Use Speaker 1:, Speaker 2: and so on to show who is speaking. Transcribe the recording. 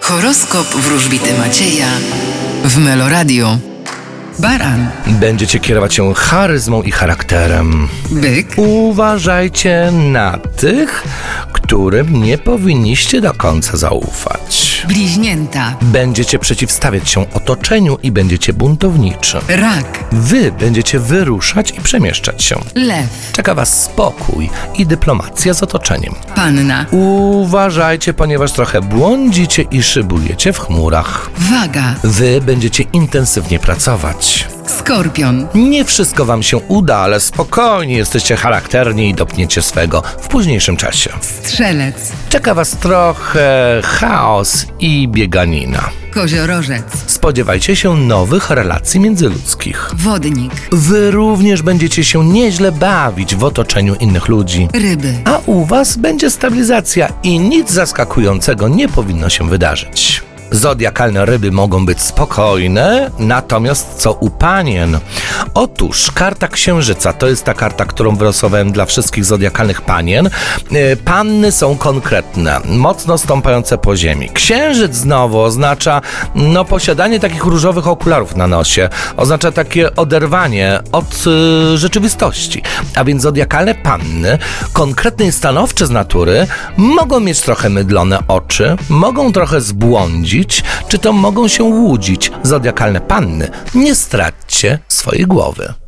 Speaker 1: Horoskop wróżbity Macieja w Meloradio. Baran,
Speaker 2: Będziecie kierować się charyzmą i charakterem.
Speaker 1: byk,
Speaker 2: Uważajcie na tych, którym nie powinniście do końca zaufać.
Speaker 1: bliźnięta,
Speaker 2: Będziecie przeciwstawiać się otoczeniu i będziecie buntowniczy.
Speaker 1: rak,
Speaker 2: Wy będziecie wyruszać i przemieszczać się.
Speaker 1: lew,
Speaker 2: Czeka Was spokój i dyplomacja z otoczeniem.
Speaker 1: panna,
Speaker 2: Uważajcie, ponieważ trochę błądzicie i szybujecie w chmurach.
Speaker 1: waga,
Speaker 2: Wy będziecie intensywnie pracować.
Speaker 1: skorpion,
Speaker 2: Nie wszystko wam się uda, ale spokojnie jesteście charakterni i dopniecie swego w późniejszym czasie.
Speaker 1: strzelec,
Speaker 2: Czeka was trochę chaos i bieganina.
Speaker 1: koziorożec,
Speaker 2: Spodziewajcie się nowych relacji międzyludzkich.
Speaker 1: wodnik,
Speaker 2: Wy również będziecie się nieźle bawić w otoczeniu innych ludzi.
Speaker 1: ryby,
Speaker 2: A u was będzie stabilizacja i nic zaskakującego nie powinno się wydarzyć. Zodiakalne ryby mogą być spokojne, natomiast co u panien? Otóż karta księżyca to jest ta karta, którą wylosowałem dla wszystkich zodiakalnych panien. E, Panny są konkretne, mocno stąpające po ziemi. Księżyc znowu oznacza no, posiadanie takich różowych okularów na nosie, oznacza takie oderwanie od y, rzeczywistości. A więc zodiakalne panny, konkretne i stanowcze z natury, mogą mieć trochę mydlone oczy, mogą trochę zbłądzić, czy to mogą się łudzić. Zodiakalne panny, nie straćcie swojej głowy.